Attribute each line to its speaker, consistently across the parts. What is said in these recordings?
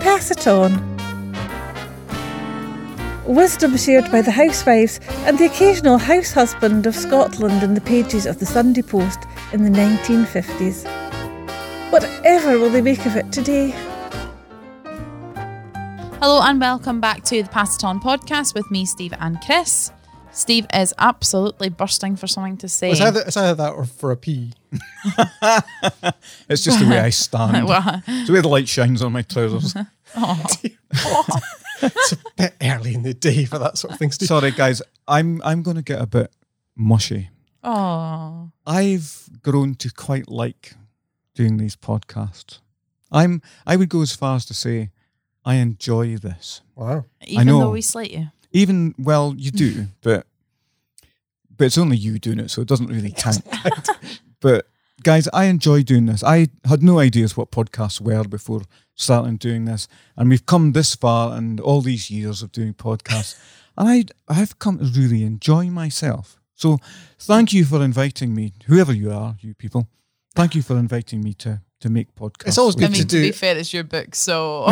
Speaker 1: Saxaton. Wisdom shared by the housewives and the occasional house husband of Scotland in the pages of the Sunday Post in the 1950s. Whatever will they make of it today?
Speaker 2: Hello and welcome back to the Pass It On podcast with me, Steve, and Chris. Steve is absolutely bursting for something to say.
Speaker 3: It's either, it's either that or for a pee.
Speaker 4: It's just the way I stand.
Speaker 2: Well,
Speaker 4: It's the way the light shines on my trousers.
Speaker 3: It's a bit early in the day for that sort of thing. Steve.
Speaker 4: Sorry, guys. I'm I'm going to get a bit mushy.
Speaker 2: oh,
Speaker 4: I've grown to quite like doing these podcasts. I'm I would go as far as to say I enjoy this.
Speaker 3: Wow.
Speaker 2: even
Speaker 4: know.
Speaker 2: though we slate you.
Speaker 4: Even well, you do, but but it's only you doing it, so it doesn't really count. but guys, I enjoy doing this. I had no ideas what podcasts were before starting doing this, and we've come this far and all these years of doing podcasts, and I I've come to really enjoy myself. So thank you for inviting me, whoever you are, you people. Thank you for inviting me to to make podcasts.
Speaker 3: It's always
Speaker 4: with
Speaker 3: good
Speaker 2: I mean,
Speaker 4: you.
Speaker 2: to,
Speaker 3: to do-
Speaker 2: be fair, it's your book, so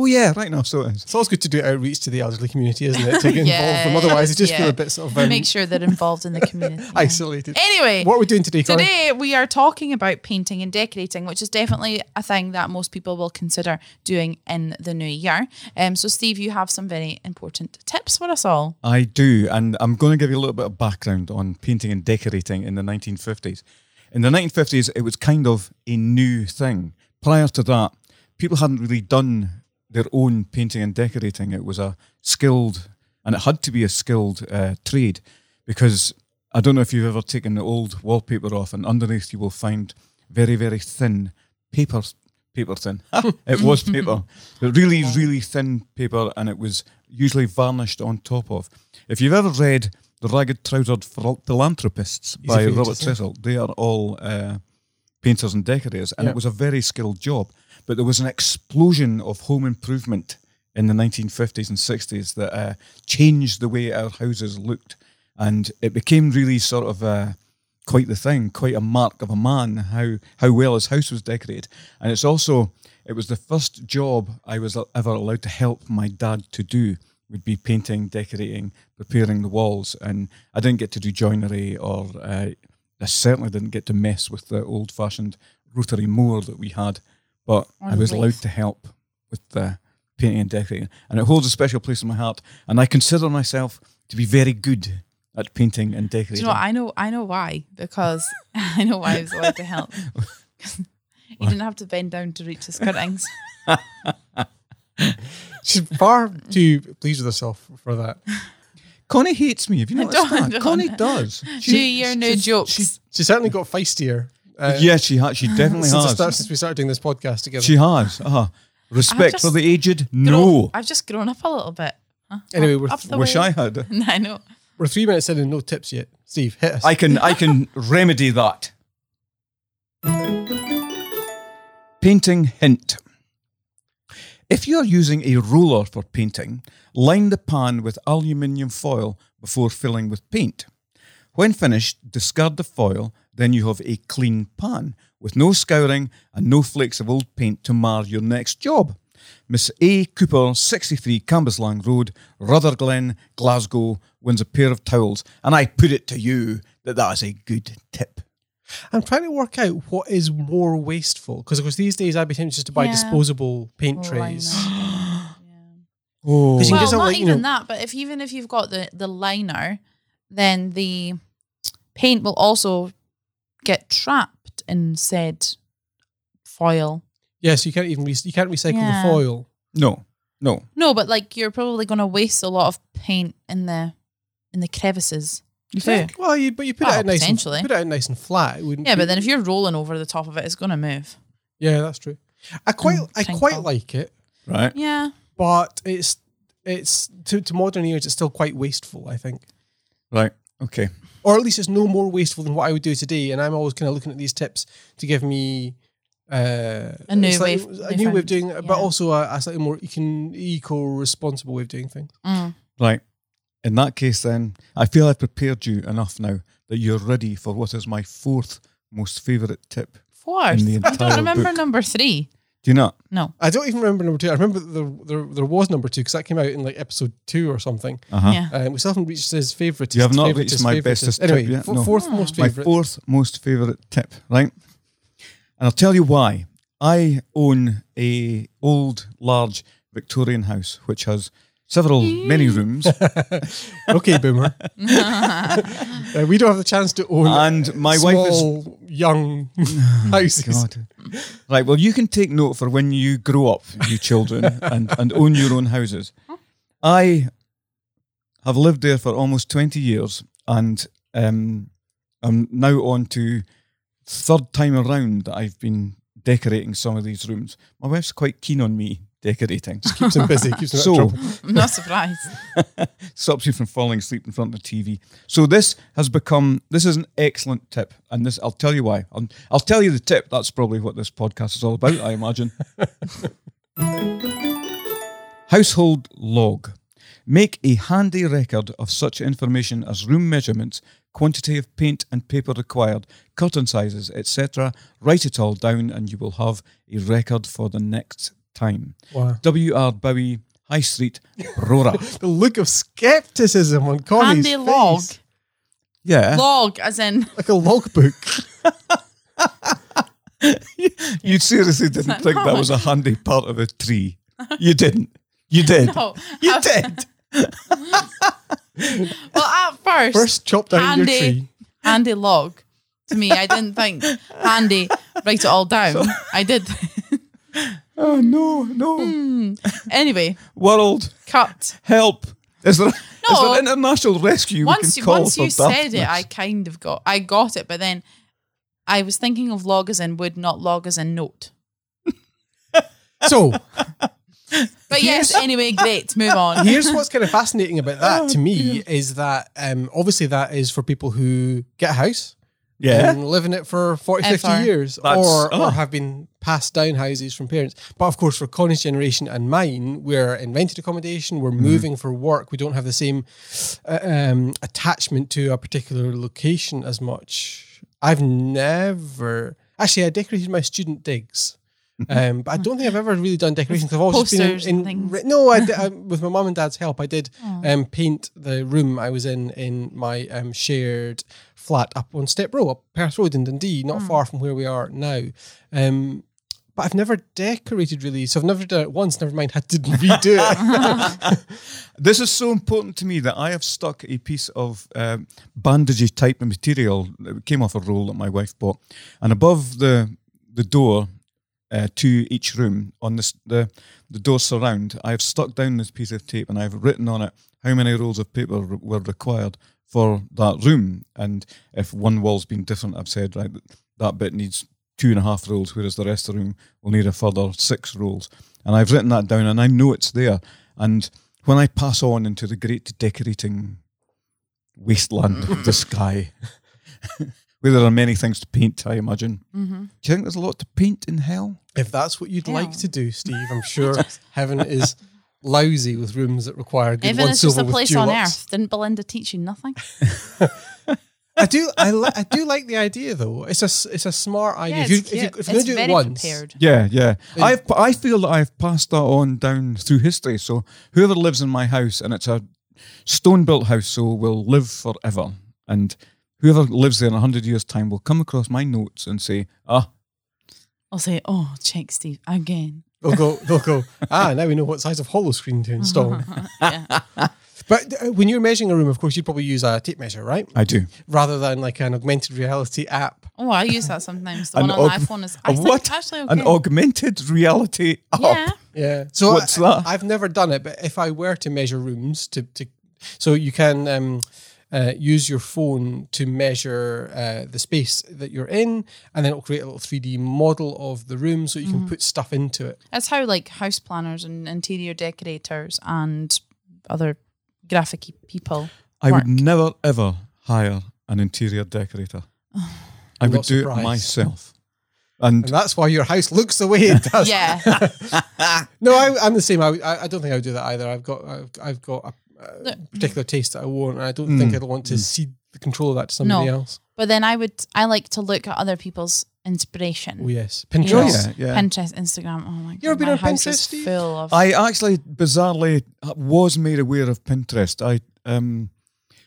Speaker 4: Oh yeah, right now so it is.
Speaker 3: It's always good to do outreach to the elderly community, isn't it? To get
Speaker 2: Yeah,
Speaker 3: involved them. Otherwise, you just
Speaker 2: yeah.
Speaker 3: feel a bit sort of um,
Speaker 2: make sure they're involved in the community. yeah.
Speaker 3: isolated.
Speaker 2: Anyway,
Speaker 3: What are we doing today, Corinne?
Speaker 2: Today we are talking about painting and decorating, which is definitely a thing that most people will consider doing in the new year. Um, so Steve, you have some very important tips for us all.
Speaker 4: I do, and I'm going to give you a little bit of background on painting and decorating in the 1950s. In the 1950s, it was kind of a new thing. Prior to that, people hadn't really done their own painting and decorating. It was a skilled, and it had to be a skilled uh, trade because I don't know if you've ever taken the old wallpaper off, and underneath you will find very, very thin paper. Paper thin. it was paper. But really, really thin paper, and it was usually varnished on top of. If you've ever read The Ragged Trousered Phil- Philanthropists by
Speaker 3: for you to
Speaker 4: Robert
Speaker 3: say.
Speaker 4: Cecil, they are all uh, painters and decorators, and
Speaker 3: Yeah.
Speaker 4: it was a very skilled job. But there was an explosion of home improvement in the 1950s and 60s that uh, changed the way our houses looked, and it became really sort of uh, quite the thing, quite a mark of a man how how well his house was decorated, and it's also it was the first job I was ever allowed to help my dad to do would be painting, decorating, repairing the walls, and I didn't get to do joinery or uh, I certainly didn't get to mess with the old fashioned rotary mower that we had, but
Speaker 2: Or
Speaker 4: I was
Speaker 2: the
Speaker 4: allowed
Speaker 2: lathe.
Speaker 4: to help with the painting and decorating. And it holds a special place in my heart. And I consider myself to be very good at painting and
Speaker 2: Do
Speaker 4: decorating.
Speaker 2: you know what? I know I know why because I know why I was allowed to help. He didn't have to bend down to reach his cuttings.
Speaker 3: She's far too pleased with herself for that.
Speaker 4: Connie hates me. Have you noticed
Speaker 2: don't-
Speaker 4: that?
Speaker 2: don't.
Speaker 4: Connie does.
Speaker 2: Do your new jokes.
Speaker 3: She certainly got feistier. Uh,
Speaker 4: yeah, she has. She definitely
Speaker 3: Since, the start,
Speaker 4: has.
Speaker 3: since we started doing this podcast together.
Speaker 4: She has. Uh-huh. Respect
Speaker 2: just
Speaker 4: for the aged?
Speaker 2: Grow-
Speaker 4: No.
Speaker 2: I've just grown up a little bit. Huh?
Speaker 3: Anyway, we're-
Speaker 2: Up the
Speaker 4: Wish
Speaker 2: way.
Speaker 4: I had.
Speaker 2: I know.
Speaker 3: We're three minutes in and no tips yet. Steve, hit us.
Speaker 4: I can I can remedy that. Painting hint. If you are using a roller for painting, line the pan with aluminium foil before filling with paint. When finished, discard the foil, then you have a clean pan with no scouring and no flakes of old paint to mar your next job. Miss A. Cooper, 63 Cambuslang Road, Rutherglen, Glasgow, wins a pair of towels, and I put it to you that that is a good tip.
Speaker 3: I'm trying to work out what is more wasteful because, of course, these days I'd be tempted just to buy
Speaker 2: Yeah.
Speaker 3: disposable paint
Speaker 2: Oh, I
Speaker 3: trays.
Speaker 2: know.
Speaker 4: Oh,
Speaker 3: Because you can
Speaker 2: well,
Speaker 3: just
Speaker 2: not
Speaker 3: like, you
Speaker 2: even
Speaker 3: know-
Speaker 2: that, but if even if you've got the the liner, then the paint will also get trapped in said foil.
Speaker 3: Yeah, so you can't even re- you can't recycle
Speaker 2: Yeah.
Speaker 3: the foil.
Speaker 4: no, no.
Speaker 2: No, but like you're probably going to waste a lot of paint in the in the crevices. You do.
Speaker 3: Well, you, but you put
Speaker 2: Well,
Speaker 3: it out nice and,
Speaker 2: potentially.
Speaker 3: put it out nice and flat. It wouldn't.
Speaker 2: Yeah,
Speaker 3: be-
Speaker 2: but then if you're rolling over the top of it, it's going to move.
Speaker 3: yeah, that's true. I quite
Speaker 2: Mm,
Speaker 3: I
Speaker 2: pink
Speaker 3: quite
Speaker 2: ball.
Speaker 3: like it,
Speaker 4: Right?
Speaker 2: Yeah.
Speaker 3: but it's it's to, to modern ears it's still quite wasteful. I think,
Speaker 4: Right. Okay.
Speaker 3: or at least it's no more wasteful than what I would do today. And I'm always kind of looking at these tips to give me. Uh,
Speaker 2: A new
Speaker 3: slightly-
Speaker 2: way of-
Speaker 3: a new way
Speaker 2: different-
Speaker 3: of doing, it,
Speaker 2: yeah.
Speaker 3: but also a, a slightly more econ, eco-responsible way of doing things.
Speaker 2: Mm.
Speaker 4: Right. In that case, then, I feel I've prepared you enough now that you're ready for what is my fourth most favourite tip
Speaker 2: Fourth.
Speaker 4: in the
Speaker 2: I
Speaker 4: entire
Speaker 2: don't remember
Speaker 4: book.
Speaker 2: number three.
Speaker 4: Do Do you not?
Speaker 2: No.
Speaker 3: I don't even remember number two. I remember that there there, there was number two because that came out in like episode two or something.
Speaker 4: Uh-huh.
Speaker 2: Yeah.
Speaker 3: Um, we still haven't reached his favourite.
Speaker 4: You have not reached my bestest tip
Speaker 3: Anyway,
Speaker 4: yet,
Speaker 3: fo-
Speaker 4: no.
Speaker 3: fourth most
Speaker 4: My
Speaker 3: favourite.
Speaker 4: fourth most favourite tip, right? And I'll tell you why. I own a old, large Victorian house which has several, many rooms,
Speaker 3: okay, boomer. Uh, we don't have the chance to own
Speaker 4: and my wife is Oh,
Speaker 3: small, young houses.
Speaker 4: God. Right. Well, you can take note for when you grow up, you children, and, and own your own houses. I have lived there for almost 20 years and um, I'm now on to third time around that I've been decorating some of these rooms. My wife's quite keen on me decorating.
Speaker 3: Keeps him busy. Keeps him out
Speaker 4: So-
Speaker 3: of trouble.
Speaker 2: I'm not surprised.
Speaker 4: stops you from falling asleep in front of the TV. So this has become this is an excellent tip, and this I'll tell you why. I'll, I'll tell you the tip. That's probably what this podcast is all about, I imagine. Household log. Make a handy record of such information as room measurements, quantity of paint and paper required, curtain sizes, etc. Write it all down, and you will have a record for the next time.
Speaker 3: Wow.
Speaker 4: W. R. Bowie, High Street, Rora.
Speaker 3: The look of skepticism on Connie's
Speaker 2: Handy
Speaker 3: face.
Speaker 2: log.
Speaker 4: Yeah.
Speaker 2: Log, as in,
Speaker 3: Like a logbook.
Speaker 4: You seriously didn't think that was a handy part of a tree. You didn't. You did.
Speaker 2: no.
Speaker 4: You
Speaker 2: I-
Speaker 4: did.
Speaker 2: well, at first,
Speaker 3: First, chop down
Speaker 2: Handy.
Speaker 3: your tree.
Speaker 2: handy log to me. I didn't think handy, write it all down. I did.
Speaker 4: Oh no,
Speaker 2: Hmm.
Speaker 4: no.
Speaker 2: anyway,
Speaker 4: World,
Speaker 2: cut.
Speaker 4: help. Is there, is
Speaker 2: No.
Speaker 4: there international rescue
Speaker 2: once
Speaker 4: we
Speaker 2: you,
Speaker 4: can call
Speaker 2: once
Speaker 4: for
Speaker 2: you said it,
Speaker 4: darkness?
Speaker 2: I kind of got, I got it, but then I was thinking of log as in would, not log as in note.
Speaker 3: So,
Speaker 2: But yes, anyway, great. Move on.
Speaker 3: here's what's kind of fascinating about that to me is that um, obviously that is for people who get a house
Speaker 4: Yeah.
Speaker 3: and live in it for 40, 50
Speaker 2: Ever.
Speaker 3: years
Speaker 4: That's-
Speaker 3: or,
Speaker 4: oh.
Speaker 3: or have been passed down houses from parents. But of course, for Connie's generation and mine, we're in rented accommodation,
Speaker 4: Mm-hmm.
Speaker 3: we're moving for work, we don't have the same uh, um, attachment to a particular location as much. I've never, actually, I decorated my student digs. Um, but I don't think I've ever really done decorations. I've always just
Speaker 2: posters and
Speaker 3: been in,
Speaker 2: things. Oh.
Speaker 3: re- no, I, did, I with my mum and dad's help, I did um, paint the room I was in in my um, shared flat up on Step Row, up Perth Road in Dundee, not
Speaker 2: Mm.
Speaker 3: far from where we are now. Um, but I've never decorated really, so I've never done it once. Never mind, had to redo it.
Speaker 4: This is so important to me that I have stuck a piece of um, bandagey type of material that came off a roll that my wife bought, and above the the door uh, to each room on this the the door surround, I have stuck down this piece of tape and I have written on it how many rolls of paper re- were required for that room, and if one wall's been different, I've said right that bit needs two and a half rolls, whereas the rest of the room will need a further six rolls. And I've written that down, and I know it's there. And when I pass on into the great decorating wasteland of the sky, where there are many things to paint, I imagine. Do you think there's a lot to paint in hell?
Speaker 3: if that's what you'd like
Speaker 2: Yeah.
Speaker 3: to do, Steve, I'm sure heaven is lousy with rooms that require good
Speaker 2: Even it's
Speaker 3: once
Speaker 2: just
Speaker 3: over
Speaker 2: a
Speaker 3: with
Speaker 2: place on
Speaker 3: dewlaps.
Speaker 2: earth. Didn't Belinda teach you nothing?
Speaker 3: I do, I, li- I do like the idea though. It's a, s- it's a smart idea.
Speaker 2: Yeah,
Speaker 3: if you,
Speaker 2: it's
Speaker 3: if you,
Speaker 2: cute.
Speaker 3: if you're gonna
Speaker 2: It's
Speaker 3: do it
Speaker 2: very
Speaker 3: once,
Speaker 2: prepared.
Speaker 4: Yeah, yeah. I've, I feel that I've passed that on down through history. So whoever lives in my house, and it's a stone built house, so will live forever. And whoever lives there in 100 years' time will come across my notes and say, ah,
Speaker 2: I'll say, oh, check Steve again.
Speaker 3: They'll go. They'll go. Ah, now we know what size of hollow screen to install. But uh, when you're measuring a room, of course, you'd probably use a tape measure, right?
Speaker 4: I do.
Speaker 3: Rather than like an augmented reality app.
Speaker 2: Oh, I use that sometimes. The
Speaker 4: An
Speaker 2: one on
Speaker 4: aug-
Speaker 2: the iPhone is
Speaker 4: A
Speaker 2: I think
Speaker 4: what?
Speaker 2: actually okay.
Speaker 4: An augmented reality app.
Speaker 2: yeah.
Speaker 3: Yeah. So
Speaker 4: What's
Speaker 3: I,
Speaker 4: that?
Speaker 3: I've never done it, but if I were to measure rooms, to, to so you can um, uh, use your phone to measure uh, the space that you're in, and then it'll create a little 3D model of the room, so you
Speaker 2: Mm.
Speaker 3: can put stuff into it.
Speaker 2: That's how like house planners and interior decorators and other graphic e-, people.
Speaker 4: I
Speaker 2: work.
Speaker 4: would never ever hire an interior decorator. I
Speaker 3: I'm
Speaker 4: would
Speaker 3: not
Speaker 4: do it
Speaker 3: surprised.
Speaker 4: myself. And
Speaker 3: And that's why your house looks the way it does.
Speaker 2: Yeah.
Speaker 3: No, I, I'm the same. I, I I don't think I would do that either. I've got I've, I've got a, a
Speaker 2: Look.
Speaker 3: particular taste that I want, and I don't
Speaker 4: Hmm.
Speaker 3: think I'd want to cede the control of that to somebody
Speaker 2: No.
Speaker 3: else.
Speaker 2: but then I would I like to look at other people's inspiration.
Speaker 3: Oh, yes.
Speaker 2: You
Speaker 3: Pinterest.
Speaker 2: know,
Speaker 4: Yeah, yeah.
Speaker 2: Pinterest, Instagram. Oh my god,
Speaker 3: ever been
Speaker 2: my
Speaker 3: on
Speaker 2: house is
Speaker 3: Pinterest, Steve?
Speaker 2: full of.
Speaker 4: I actually bizarrely uh, was made aware of Pinterest. I um,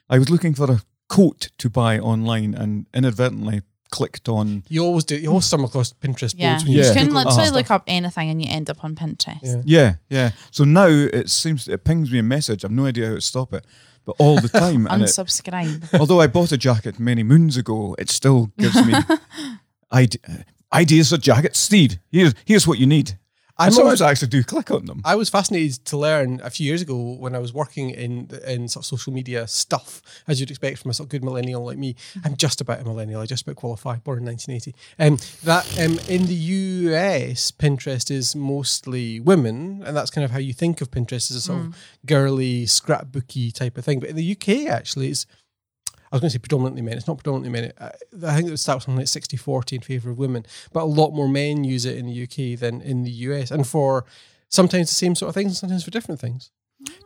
Speaker 4: I was looking for a coat to buy online and inadvertently clicked on.
Speaker 3: You always do. You always stumble across Pinterest
Speaker 2: yeah,
Speaker 3: boards when
Speaker 2: you
Speaker 3: you
Speaker 4: Yeah.
Speaker 2: can
Speaker 3: Google
Speaker 2: literally
Speaker 3: stuff.
Speaker 2: look up anything and you end up on Pinterest.
Speaker 3: Yeah.
Speaker 4: Yeah, yeah. So now it seems it pings me a message. I've no idea how to stop it, but all the time. and it,
Speaker 2: Unsubscribe.
Speaker 4: although I bought a jacket many moons ago, it still gives me ide- uh, ideas for jackets. Steve, here's here's what you need. I
Speaker 3: I'm
Speaker 4: sometimes
Speaker 3: always-
Speaker 4: I actually do click on them.
Speaker 3: I was fascinated to learn a few years ago when I was working in in sort of social media stuff, as you'd expect from a sort of good millennial like me. I'm just about a millennial. I just about qualify, born in 1980. Um, that um, in the US, Pinterest is mostly women, and that's kind of how you think of Pinterest as a sort of girly, scrapbooky type of thing. But in the UK, actually, it's I was going to say predominantly men. It's not predominantly men. I, I think it would start something like 60 40 in favor of women, but a lot more men use it in the UK than in the US. And for sometimes the same sort of things and sometimes for different things.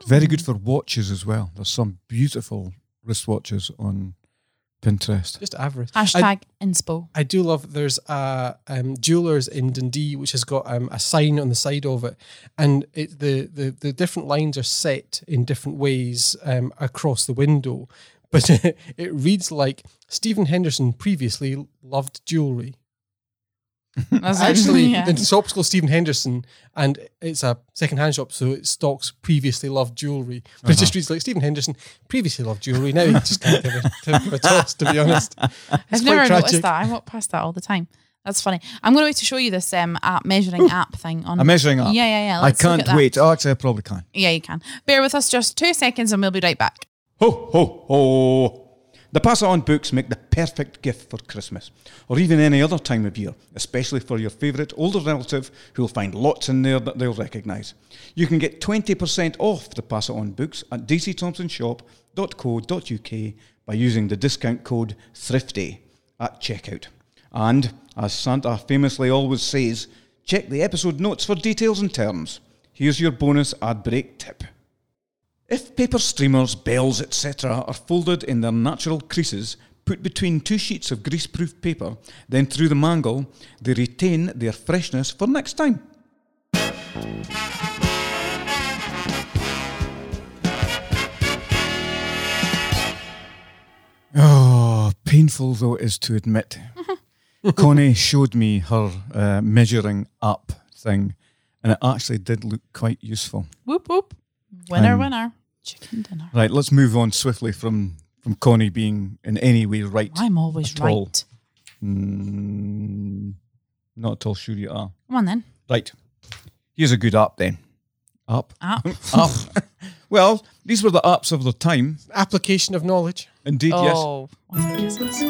Speaker 4: Very
Speaker 2: Mm.
Speaker 4: good for watches as well. There's some beautiful wristwatches on Pinterest.
Speaker 3: Just average.
Speaker 2: Hashtag
Speaker 3: I,
Speaker 2: inspo.
Speaker 3: I do love there's a um, jewelers in Dundee which has got um, a sign on the side of it, and it, the, the the different lines are set in different ways um, across the window, but it, reads like Stephen Henderson previously loved jewelry.
Speaker 2: That's
Speaker 3: Actually,
Speaker 2: yeah.
Speaker 3: the shop's called Stephen Henderson, and it's a second-hand shop, so it stocks previously loved jewelry. But it
Speaker 2: Uh-huh.
Speaker 3: just reads like Stephen Henderson previously loved jewelry. Now he just can't give a, can't give a toss, to be honest.
Speaker 2: I've
Speaker 3: quite
Speaker 2: never noticed
Speaker 3: tragic.
Speaker 2: that. I walk past that all the time. That's funny. I'm going to wait to show you this um app measuring app thing on.
Speaker 4: A measuring app.
Speaker 2: Um, Yeah, yeah, yeah.
Speaker 4: I
Speaker 2: Let's look at
Speaker 4: can't
Speaker 2: that.
Speaker 4: wait. Oh, actually, I probably can.
Speaker 2: Yeah, you can. Bear with us just two seconds, and we'll be right back.
Speaker 5: Ho, ho, ho! The Pass It On books make the perfect gift for Christmas, or even any other time of year, especially for your favourite older relative who'll find lots in there that they'll recognise. You can get 20% off the Pass It On books at dcthompsonshop.co.uk by using the discount code THRIFTY at checkout. And, as Santa famously always says, check the episode notes for details and terms. Here's your bonus ad break tip. If paper streamers, bells, etc., are folded in their natural creases, put between two sheets of greaseproof paper, then through the mangle, they retain their freshness for next time.
Speaker 4: Oh, painful though it is to admit. Connie showed me her uh, measuring up thing, and it actually did look quite useful.
Speaker 2: Whoop whoop. Winner,
Speaker 4: Um,
Speaker 2: winner. Chicken dinner.
Speaker 4: Right, let's move on swiftly from from Connie being in any way right.
Speaker 2: I'm always
Speaker 4: at all.
Speaker 2: right.
Speaker 4: Mm, not at all sure you are.
Speaker 2: Come on then.
Speaker 4: Right, here's a good up then. Up,
Speaker 2: App.
Speaker 4: up. well, these were the ups of the time.
Speaker 3: Application of knowledge.
Speaker 4: Indeed, yes.
Speaker 2: oh. Yes.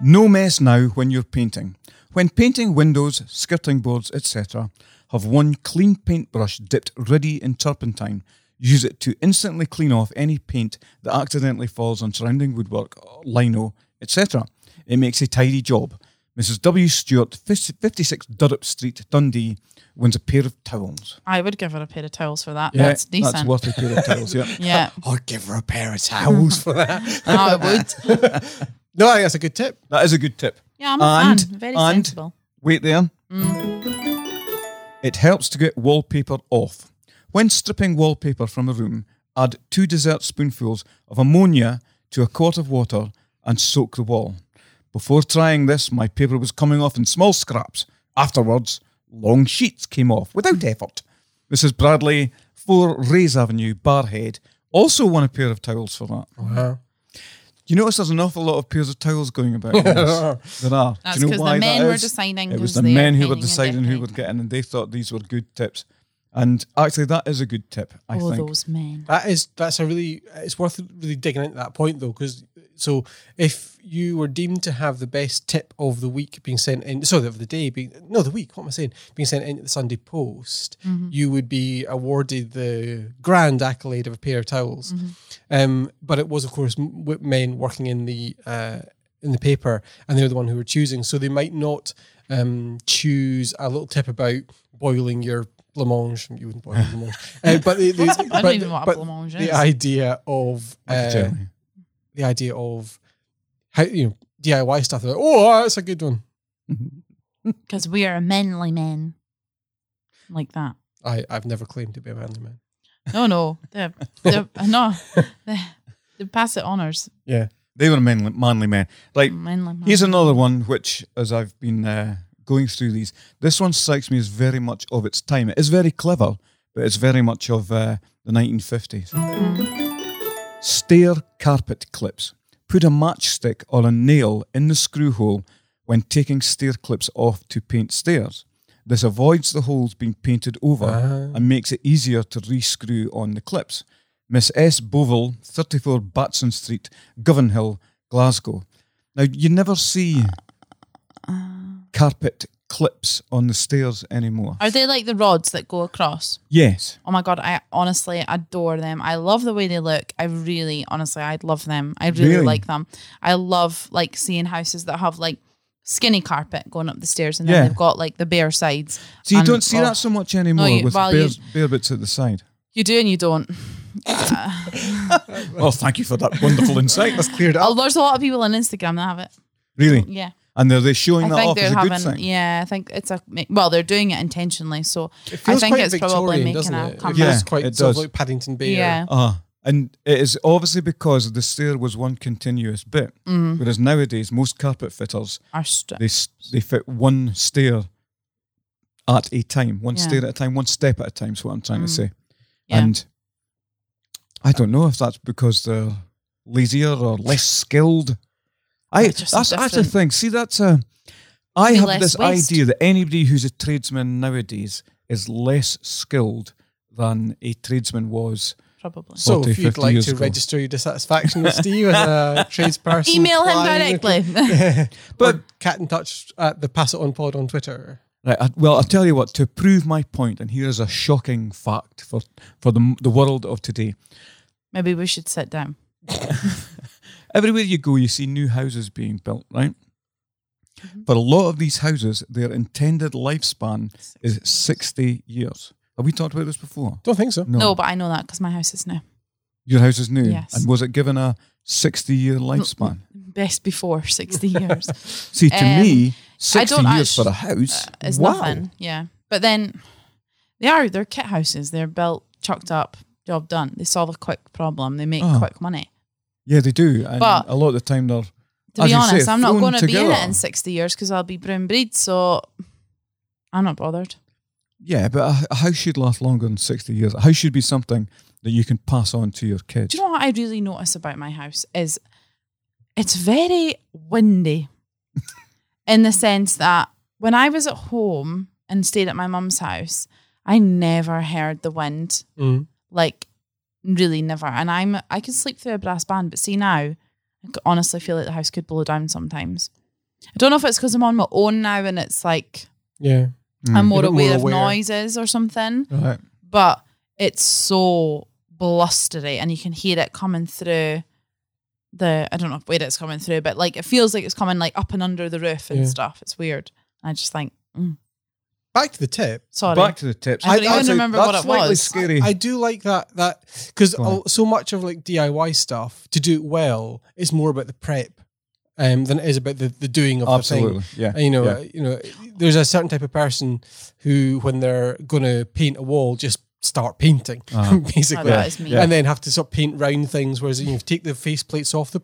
Speaker 4: No mess now when you're painting. When painting windows, skirting boards, etc., have one clean paintbrush dipped ready in turpentine. Use it to instantly clean off any paint that accidentally falls on surrounding woodwork, lino, etc. It makes a tidy job. Mrs. W. Stewart, 50 56 Durrup Street, Dundee, wins a pair of towels.
Speaker 2: I would give her a pair of towels for that.
Speaker 4: Yeah,
Speaker 2: that's decent.
Speaker 4: That's worth a pair of towels, yeah.
Speaker 2: yeah,
Speaker 3: I'd give her a pair of towels for that.
Speaker 2: I would.
Speaker 3: No, I think that's a good tip.
Speaker 4: That is a good tip.
Speaker 2: Yeah, I'm a
Speaker 4: And-
Speaker 2: fan. Very
Speaker 4: and-
Speaker 2: sensible. Mm.
Speaker 4: Wait there. It helps to get wallpaper off. When stripping wallpaper from a room, add two dessert spoonfuls of ammonia to a quart of water and soak the wall. Before trying this, my paper was coming off in small scraps. Afterwards, long sheets came off without effort. Mrs. Bradley, 4 Rays Avenue, Barhead, also won a pair of towels for that.
Speaker 3: Wow.
Speaker 4: You notice there's an awful lot of pairs of towels going about. in this. there are.
Speaker 2: That's
Speaker 4: Do you know
Speaker 2: 'cause the
Speaker 4: why that
Speaker 2: men were
Speaker 4: is?
Speaker 2: deciding
Speaker 4: It was
Speaker 2: 'cause
Speaker 4: the
Speaker 2: they are
Speaker 4: men who were
Speaker 2: painting and
Speaker 4: deciding who
Speaker 2: decorating.
Speaker 4: would get in, and they thought these were good tips. And actually, that is a good tip. I
Speaker 2: All
Speaker 4: think.
Speaker 2: Oh, those men.
Speaker 3: That is that's a really it's worth really digging into that point though because so if you were deemed to have the best tip of the week being sent in so of the day being no the week what am I saying being sent in at the Sunday Post you would be awarded the grand accolade of a pair of towels um, but it was of course m- w- men working in the uh, in the paper and they were the one who were choosing so they might not um, choose a little tip about boiling your blancmange you wouldn't boil blancmange uh, but they, they,
Speaker 2: I
Speaker 3: but-
Speaker 2: don't even know what
Speaker 3: but
Speaker 2: a blancmange is.
Speaker 3: the idea of
Speaker 4: Like a
Speaker 3: uh,
Speaker 4: jelly.
Speaker 3: the idea of how you know DIY stuff. They're like, oh, that's a good one.
Speaker 2: because we are manly men like that.
Speaker 3: I, I've never claimed to be a manly man.
Speaker 2: No, no, they're, they're, no, they they pass it honors.
Speaker 3: Yeah.
Speaker 4: They were manly, manly men. Like
Speaker 2: Manly man.
Speaker 4: Here's another one, which as I've been uh, going through these, this one strikes me as very much of its time. It is very clever, but it's very much of uh, the 1950s. Stair carpet clips. Put a matchstick or a nail in the screw hole when taking stair clips off to paint stairs. This avoids the holes being painted over and makes it easier to re-screw on the clips. Miss S. Boville, 34 Batson Street, Govenhill, Glasgow. Now, you never see carpet clips on the stairs anymore.
Speaker 2: Are they like the rods that go across?
Speaker 4: yes.
Speaker 2: Oh my god, I honestly adore them. I love the way they look. I really, honestly, I love them. I really,
Speaker 4: Really?
Speaker 2: like them. I love like seeing houses that have like skinny carpet going up the stairs, and then
Speaker 4: Yeah.
Speaker 2: they've got like the bare sides.
Speaker 4: So you
Speaker 2: And-
Speaker 4: don't see
Speaker 2: oh,
Speaker 4: that so much anymore
Speaker 2: you-
Speaker 4: with
Speaker 2: well,
Speaker 4: bare,
Speaker 2: you-
Speaker 4: bare bits at the side.
Speaker 2: You do and you don't.
Speaker 4: Oh. Well, thank you for that wonderful insight. That's cleared
Speaker 2: Oh, there's a lot of people on Instagram that have it.
Speaker 4: Really?
Speaker 2: Yeah.
Speaker 4: And are they showing that off as a good thing?
Speaker 2: yeah, I think it's a well, they're doing it intentionally. So
Speaker 3: It
Speaker 2: I
Speaker 3: feels
Speaker 2: think
Speaker 3: quite
Speaker 2: it's
Speaker 3: Victorian,
Speaker 2: probably making
Speaker 3: doesn't
Speaker 2: a
Speaker 3: it? It
Speaker 2: comeback.
Speaker 3: feels
Speaker 4: Yeah,
Speaker 3: quite
Speaker 4: it
Speaker 3: sort of
Speaker 4: does.
Speaker 3: like Paddington Bear.
Speaker 2: Yeah.
Speaker 4: Ah, and it is obviously because the stair was one continuous bit,
Speaker 2: Mm-hmm.
Speaker 4: whereas nowadays most carpet fitters
Speaker 2: Our st-
Speaker 4: they s- they fit one stair at a time, one
Speaker 2: Yeah. Mm-hmm.
Speaker 4: stair at a time, one step at a time. Is what I'm trying to say.
Speaker 2: Yeah.
Speaker 4: And I don't know if that's because they're lazier or less skilled. I
Speaker 2: They're just
Speaker 4: that's that's the
Speaker 2: different.
Speaker 4: thing. See, that's a I
Speaker 2: Maybe
Speaker 4: have
Speaker 2: less
Speaker 4: this
Speaker 2: waste.
Speaker 4: idea that anybody who's a tradesman nowadays is less skilled than a tradesman was.
Speaker 2: probably.
Speaker 3: So
Speaker 4: 40,
Speaker 3: if you'd
Speaker 4: 50
Speaker 3: like
Speaker 4: years
Speaker 3: to
Speaker 4: ago.
Speaker 3: register your dissatisfaction with Steve as a tradesperson,
Speaker 2: Email him
Speaker 3: flying-
Speaker 2: directly.
Speaker 3: but
Speaker 4: But-
Speaker 3: cat in touch at the pass it on pod on Twitter.
Speaker 4: Right. I, well, I'll tell you what. To prove my point, and here is a shocking fact for for the the world of today.
Speaker 2: Maybe we should sit down.
Speaker 4: Everywhere you go, you see new houses being built, right?
Speaker 2: Mm-hmm.
Speaker 4: For a lot of these houses, their intended lifespan is 60 years. Have we talked about this before?
Speaker 3: Don't think so.
Speaker 2: No, but I know that because my house is now
Speaker 4: Your house is new.
Speaker 2: Yes.
Speaker 4: And was it given a 60 year lifespan?
Speaker 2: best before sixty years.
Speaker 4: See, to
Speaker 2: Um,
Speaker 4: me, 60
Speaker 2: don't
Speaker 4: years
Speaker 2: actu- uh,
Speaker 4: for a house
Speaker 2: It's
Speaker 4: wow.
Speaker 2: nothing. Yeah, but then they are they're kit houses. They're built, chucked up, job done. They solve a quick problem. They make
Speaker 4: Oh.
Speaker 2: quick money.
Speaker 4: Yeah, they do. And
Speaker 2: But-
Speaker 4: a lot of the time they're.
Speaker 2: To
Speaker 4: as
Speaker 2: be
Speaker 4: you say,
Speaker 2: honest, I'm not
Speaker 4: thrown
Speaker 2: going to be in
Speaker 4: together.
Speaker 2: it in sixty years because I'll be brown breed. So I'm not bothered.
Speaker 4: Yeah, but a, a house should last longer than 60 years. A house should be something that you can pass on to your kids.
Speaker 2: Do you know what I really notice about my house is it's very windy in the sense that when I was at home and stayed at my mum's house, I never heard the wind.
Speaker 3: Mm.
Speaker 2: Like really never. And I'm I could sleep through a brass band, but see now, I c- honestly feel like the house could blow down sometimes. I don't know if it's because I'm on my own now and it's like
Speaker 3: Yeah.
Speaker 2: I'm
Speaker 4: Mm.
Speaker 2: more
Speaker 3: You're more
Speaker 2: aware,
Speaker 3: aware.
Speaker 2: of noises or something
Speaker 4: Right.
Speaker 2: but it's so blustery and you can hear it coming through the I don't know where it's coming through, but like it feels like it's coming like up and under the roof and
Speaker 3: Yeah.
Speaker 2: stuff. It's weird. I just think, mm,
Speaker 3: Back to the tip.
Speaker 2: sorry.
Speaker 4: Back to the tips.
Speaker 2: I don't even
Speaker 4: That's a-
Speaker 2: remember
Speaker 4: that's
Speaker 2: what it
Speaker 4: slightly
Speaker 2: was.
Speaker 4: Scary.
Speaker 3: I do like that that because
Speaker 4: Go on.
Speaker 3: so much of like DIY stuff to do it well is more about the prep um, than it is about the, the doing of the thing.
Speaker 4: Absolutely. Yeah.
Speaker 3: And, you know,
Speaker 4: Yeah.
Speaker 3: uh, you know, there's a certain type of person who, when they're going to paint a wall, just start painting
Speaker 4: Uh-huh.
Speaker 2: Oh,
Speaker 3: basically,
Speaker 2: that is me.
Speaker 4: Yeah.
Speaker 3: and then have to sort of paint round things. Whereas you know, if you take the face plates off the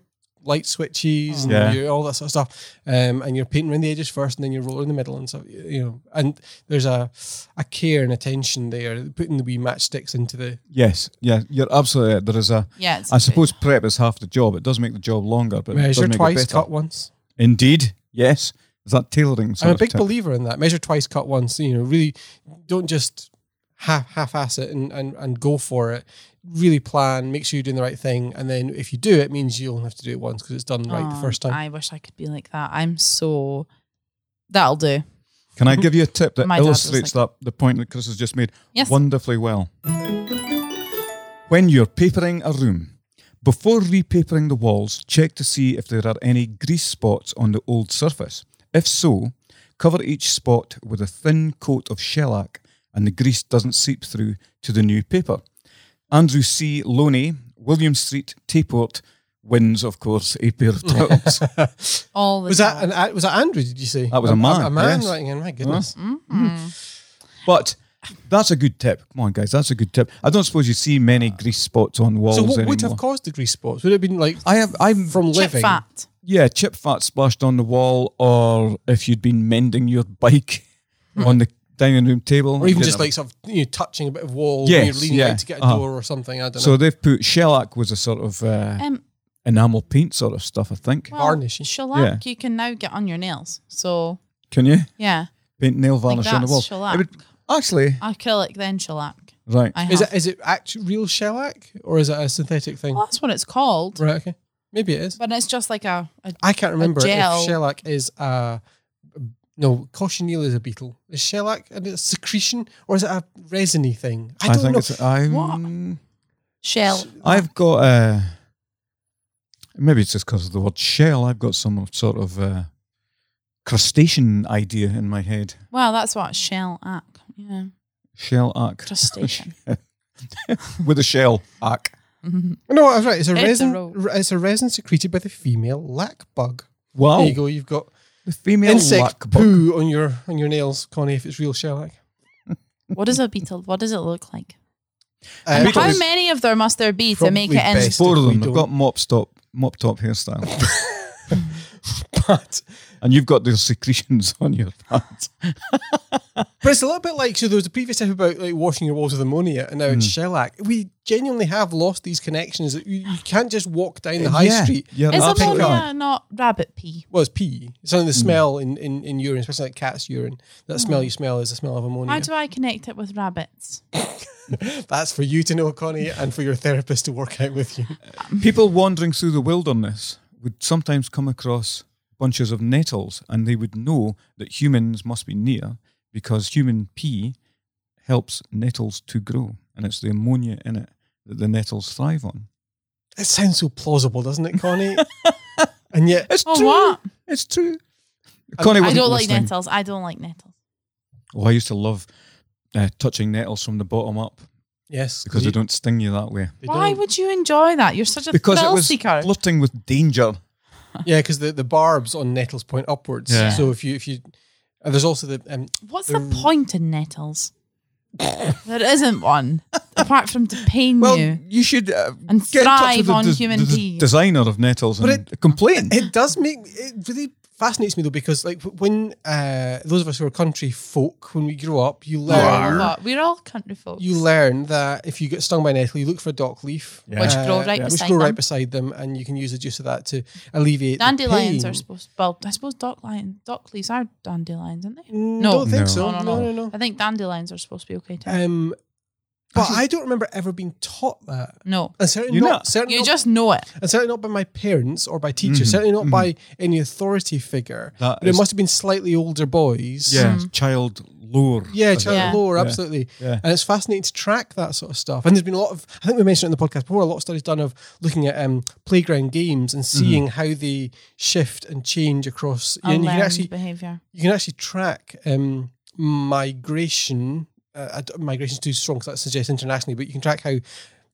Speaker 3: light switches and
Speaker 4: Yeah.
Speaker 3: you- all that sort of stuff, um, and you're painting around the edges first, and then you roll in the middle and stuff. You know, and there's a a care and attention there, putting the wee matchsticks into the
Speaker 4: Yes, yeah, you're absolutely right. There is a.
Speaker 2: Yeah, it's
Speaker 4: I suppose prep is half the job. It does make the job longer, but it does
Speaker 3: measure
Speaker 4: make
Speaker 3: twice,
Speaker 4: it better.
Speaker 3: cut once.
Speaker 4: Indeed, yes. Is that tailoring? Sort
Speaker 3: I'm a
Speaker 4: of
Speaker 3: big
Speaker 4: tip?
Speaker 3: believer in that. Measure twice, cut once. You know, really don't just half half ass it and, and, and go for it. Really plan, make sure you're doing the right thing, and then if you do, it means you only have to do it once because it's done right the
Speaker 2: Oh,
Speaker 3: first time.
Speaker 2: I wish I could be like that. I'm so that'll do.
Speaker 4: Can I give you a tip that
Speaker 2: Mm-hmm. My dad was
Speaker 4: illustrates that the point that Chris has just made
Speaker 2: Yes.
Speaker 4: wonderfully well? When you're papering a room, before repapering the walls, check to see if there are any grease spots on the old surface. If so, cover each spot with a thin coat of shellac and the grease doesn't seep through to the new paper. Andrew C. Loney, William Street, Tayport, wins, of course, a pair of turtles.
Speaker 2: All the
Speaker 3: Was
Speaker 2: time.
Speaker 3: that an, a- was that Andrew? Did you say
Speaker 4: That was a man,
Speaker 3: A, man
Speaker 4: yes.
Speaker 3: writing in. My goodness.
Speaker 4: but that's a good tip. Come on, guys, that's a good tip. I don't suppose you see many grease spots on walls
Speaker 3: So what
Speaker 4: anymore.
Speaker 3: would have caused the grease spots? Would it have been like
Speaker 4: I have, I'm
Speaker 3: from
Speaker 2: chip
Speaker 3: living?
Speaker 2: fat?
Speaker 4: yeah, chip fat splashed on the wall, or if you'd been mending your bike on the dining room table,
Speaker 3: Hmm. Or even
Speaker 4: You
Speaker 3: just
Speaker 4: know.
Speaker 3: like sort of you know, touching a bit of wall when
Speaker 4: Yes,
Speaker 3: you're leaning
Speaker 4: yeah.
Speaker 3: out to get a
Speaker 4: Uh-huh.
Speaker 3: door or something. I don't
Speaker 4: So
Speaker 3: know.
Speaker 4: they've put shellac was a sort of uh,
Speaker 2: Um,
Speaker 4: enamel paint sort of stuff, I think.
Speaker 2: well,
Speaker 3: Varnish.
Speaker 2: Shellac you can now get on your nails. So
Speaker 4: Can you
Speaker 2: yeah,
Speaker 4: paint nail varnish on the
Speaker 2: that's
Speaker 4: wall?
Speaker 2: shellac.
Speaker 4: actually,
Speaker 2: acrylic then shellac.
Speaker 4: right.
Speaker 2: I have.
Speaker 3: Is it is it actual real shellac or is it a synthetic thing?
Speaker 2: well, that's what it's called,
Speaker 3: Right. Okay. Maybe it is.
Speaker 2: but it's just like a, a
Speaker 3: I can't remember
Speaker 2: gel.
Speaker 3: if shellac is a no. Cochineal is a beetle. Is shellac a secretion or is it a resiny thing? I don't
Speaker 4: think
Speaker 3: know.
Speaker 4: it's. I'm,
Speaker 2: shell.
Speaker 4: I've got uh Maybe it's just because of the word shell. I've got some sort of uh, crustacean idea in my head.
Speaker 2: Well, that's what shell ack. Yeah,
Speaker 4: Shell arc
Speaker 2: crustacean.
Speaker 4: with a shell arc.
Speaker 3: No, I was right. It's a
Speaker 2: It's a
Speaker 3: resin.
Speaker 2: rope.
Speaker 3: re- it's a resin secreted by the female lac bug.
Speaker 4: Wow,
Speaker 3: There you go. You've got
Speaker 4: the female
Speaker 3: insect
Speaker 4: Oh. lac bug.
Speaker 3: poo on your on your nails, Connie. If it's real shellac.
Speaker 2: what is a beetle? What does it look like?
Speaker 3: Uh,
Speaker 2: And
Speaker 3: but
Speaker 2: how
Speaker 3: it's-
Speaker 2: many of there must there be to
Speaker 3: Probably
Speaker 2: make it in?
Speaker 3: best.
Speaker 4: Four of
Speaker 3: We
Speaker 4: them. They've
Speaker 3: don't-
Speaker 4: got mop top, mop top hairstyle,
Speaker 3: but,
Speaker 4: and you've got their secretions on your pants.
Speaker 3: but it's a little bit like so. There was a previous tip about like washing your walls with ammonia, and now it's
Speaker 4: Hmm.
Speaker 3: shellac. We genuinely have lost these connections. That you, you can't just walk down the high
Speaker 4: yeah,
Speaker 3: street.
Speaker 4: Yeah,
Speaker 2: Is
Speaker 4: that's
Speaker 3: ammonia-
Speaker 4: right.
Speaker 2: ammonia not rabbit pee?
Speaker 3: Well, it's pee. It's something the
Speaker 4: Hmm.
Speaker 3: smell in, in, in urine, especially like cat's urine. That
Speaker 2: Hmm.
Speaker 3: smell you smell is the smell of ammonia.
Speaker 2: How do I connect it with rabbits?
Speaker 3: That's for you to know, Connie, and for your therapist to work out with you.
Speaker 4: People wandering through the wilderness would sometimes come across bunches of nettles and they would know that humans must be near because human pee helps nettles to grow and it's the ammonia in it that the nettles thrive on.
Speaker 3: It sounds so plausible, doesn't it, Connie? and yet,
Speaker 4: It's
Speaker 2: Oh,
Speaker 4: true.
Speaker 2: what?
Speaker 4: It's true. Connie
Speaker 2: I
Speaker 4: wasn't
Speaker 2: don't like
Speaker 4: listening.
Speaker 2: nettles. I don't like nettles.
Speaker 4: Oh, I used to love uh, touching nettles from the bottom up
Speaker 3: yes,
Speaker 4: because they
Speaker 3: you-
Speaker 4: don't sting you that way.
Speaker 3: they
Speaker 2: Why
Speaker 3: don't.
Speaker 2: would you enjoy that? You're such a
Speaker 4: Because it
Speaker 2: thrill
Speaker 4: was
Speaker 2: seeker.
Speaker 4: flirting with danger.
Speaker 3: Yeah, because the, the barbs on nettles point upwards.
Speaker 4: Yeah.
Speaker 3: So if you if you, uh, there's also the um,
Speaker 2: What's the point in nettles? there isn't one, apart from to pain
Speaker 4: Well,
Speaker 2: you.
Speaker 4: you should uh,
Speaker 2: And
Speaker 4: get in touch
Speaker 2: thrive
Speaker 4: with the,
Speaker 2: on
Speaker 4: des-
Speaker 2: human
Speaker 4: the des-
Speaker 2: pee.
Speaker 4: designer of nettles
Speaker 3: But
Speaker 4: and complain.
Speaker 3: it does make it really fascinates me though because like w- when uh, those of us who are country folk when we grow up, you learn.
Speaker 2: But we're all country folks.
Speaker 3: you learn that if you get stung by a nettle, you look for a dock leaf, uh,
Speaker 4: Yeah.
Speaker 2: Which grow right
Speaker 3: which
Speaker 2: beside
Speaker 3: grow right
Speaker 2: them.
Speaker 3: beside them, and you can use the juice of that to alleviate the
Speaker 2: dandelions
Speaker 3: pain.
Speaker 2: are supposed. Well, I suppose dock lion, dock leaves are dandelions, aren't they?
Speaker 3: Mm,
Speaker 2: No.
Speaker 3: don't think
Speaker 4: No.
Speaker 3: so.
Speaker 2: No,
Speaker 3: No,
Speaker 2: no,
Speaker 3: no, no.
Speaker 2: I think dandelions are supposed to be okay too.
Speaker 3: Um, but I don't remember ever being taught that,
Speaker 2: no,
Speaker 3: and certainly
Speaker 4: You're
Speaker 3: not,
Speaker 4: not.
Speaker 3: certainly
Speaker 2: you
Speaker 3: not,
Speaker 2: just know it.
Speaker 3: uh, and certainly not by my parents or by teachers, certainly not by any authority figure.
Speaker 4: Mm-hmm. That
Speaker 3: but it
Speaker 4: is-
Speaker 3: must have been slightly older boys.
Speaker 4: Yeah, Mm. child lore.
Speaker 3: Yeah, child
Speaker 2: Yeah.
Speaker 3: lore,
Speaker 4: Yeah.
Speaker 3: absolutely.
Speaker 4: Yeah.
Speaker 3: And it's fascinating to track that sort of stuff. And there's been a lot of, I think we mentioned it in the podcast before, a lot of studies done of looking at um, playground games and
Speaker 4: Mm-hmm.
Speaker 3: seeing how they shift and change across.
Speaker 2: Unlearned
Speaker 3: and you can actually Oh,
Speaker 2: behavior.
Speaker 3: you can actually track um, migration. Uh, I don't- migration's too strong because that suggests internationally, but you can track how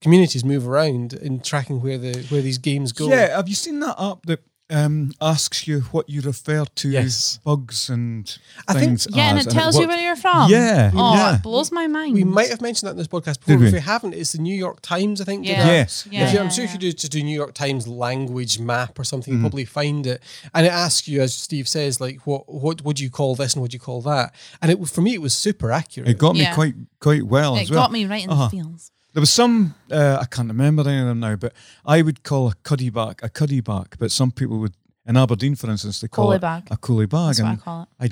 Speaker 3: communities move around in tracking where the where these games go.
Speaker 4: Yeah, have you seen that app that um, asks you what you refer to
Speaker 3: Yes.
Speaker 4: bugs and
Speaker 3: I think-
Speaker 4: things
Speaker 2: Yeah, and
Speaker 4: as,
Speaker 2: it tells you
Speaker 4: works?
Speaker 2: where you're from.
Speaker 4: Yeah,
Speaker 2: Oh,
Speaker 4: yeah.
Speaker 2: it blows my mind.
Speaker 3: We might have mentioned that in this podcast before.
Speaker 4: um, we?
Speaker 3: but If we haven't, it's the New York Times, I think. did
Speaker 2: Yeah.
Speaker 3: that.
Speaker 4: Yes.
Speaker 2: Yeah.
Speaker 3: If you, I'm sure if you do, just do New York Times language map or something,
Speaker 4: Mm-hmm.
Speaker 3: you probably find it. And it asks you, as Steve says, like, what what would you call this and what do you call that? And it for me, it was super accurate.
Speaker 4: It got me
Speaker 2: Yeah.
Speaker 4: quite quite well
Speaker 2: It
Speaker 4: as well.
Speaker 2: got me right in
Speaker 4: Uh-huh.
Speaker 2: the feels.
Speaker 4: There was some uh, I can't remember any of them now, but I would call a cuddy back a cuddy back, but some people would in Aberdeen, for instance, they call
Speaker 2: Coolie
Speaker 4: it
Speaker 2: bag.
Speaker 4: a coolie bag.
Speaker 2: That's what I
Speaker 4: and
Speaker 2: call it.
Speaker 4: I,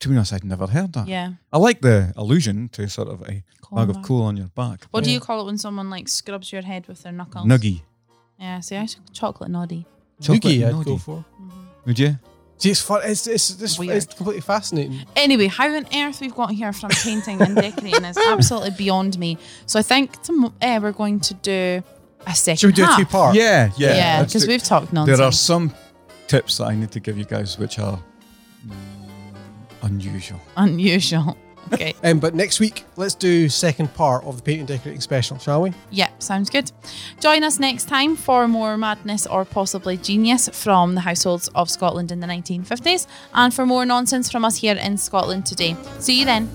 Speaker 4: to be honest, I'd never heard
Speaker 3: Uh-huh.
Speaker 4: that.
Speaker 2: Yeah.
Speaker 4: I like the allusion to sort of a
Speaker 2: Coolie
Speaker 4: bag of
Speaker 2: bag.
Speaker 4: coal on your back.
Speaker 2: What do you call it when someone like scrubs your head with their knuckles?
Speaker 4: Nuggy.
Speaker 2: Yeah, see, I should chocolate noddy.
Speaker 4: Chocolate
Speaker 3: Noogie, I'd
Speaker 4: Noddy.
Speaker 3: go for.
Speaker 4: Would you?
Speaker 3: uh, See, it's fun. It's, it's, it's,
Speaker 2: Weird.
Speaker 3: it's completely fascinating.
Speaker 2: Anyway, how on earth we've got here from painting and decorating is absolutely beyond me. So I think tom- eh, we're going to do a second.
Speaker 3: Should we do a
Speaker 2: half.
Speaker 3: two part?
Speaker 4: Yeah, yeah.
Speaker 2: Yeah,
Speaker 4: that's
Speaker 2: because
Speaker 4: it.
Speaker 2: we've talked nonsense.
Speaker 4: There are some tips that I need to give you guys which are mm, unusual.
Speaker 2: unusual. Okay.
Speaker 3: Um, but next week, let's do second part of the painting decorating special, shall we?
Speaker 2: Yep, sounds good. Join us next time for more madness or possibly genius from the households of Scotland in the 1950s and for more nonsense from us here in Scotland today. See you then.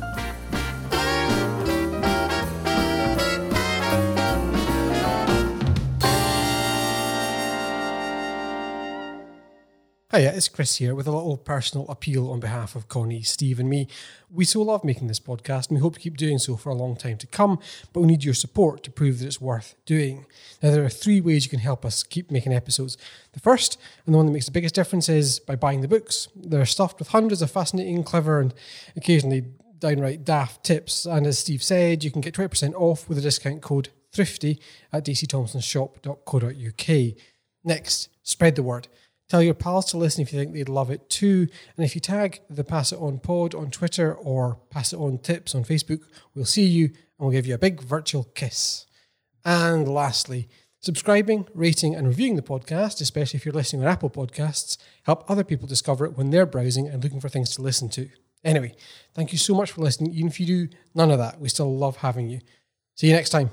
Speaker 3: Hiya, it's Chris here with a little personal appeal on behalf of Connie, Steve, and me. We so love making this podcast and we hope to keep doing so for a long time to come, but we need your support to prove that it's worth doing. Now, there are three ways you can help us keep making episodes. The first, and the one that makes the biggest difference, is by buying the books. They're stuffed with hundreds of fascinating, clever, and occasionally downright daft tips. And as Steve said, you can get 20% off with a discount code thrifty at dcthompsonshop.co.uk. Next, spread the word. Tell your pals to listen if you think they'd love it too. And if you tag the Pass It On Pod on Twitter or Pass It On Tips on Facebook, we'll see you and we'll give you a big virtual kiss. And lastly, subscribing, rating, and reviewing the podcast, especially if you're listening on Apple Podcasts, help other people discover it when they're browsing and looking for things to listen to. Anyway, thank you so much for listening. Even if you do none of that, we still love having you. See you next time.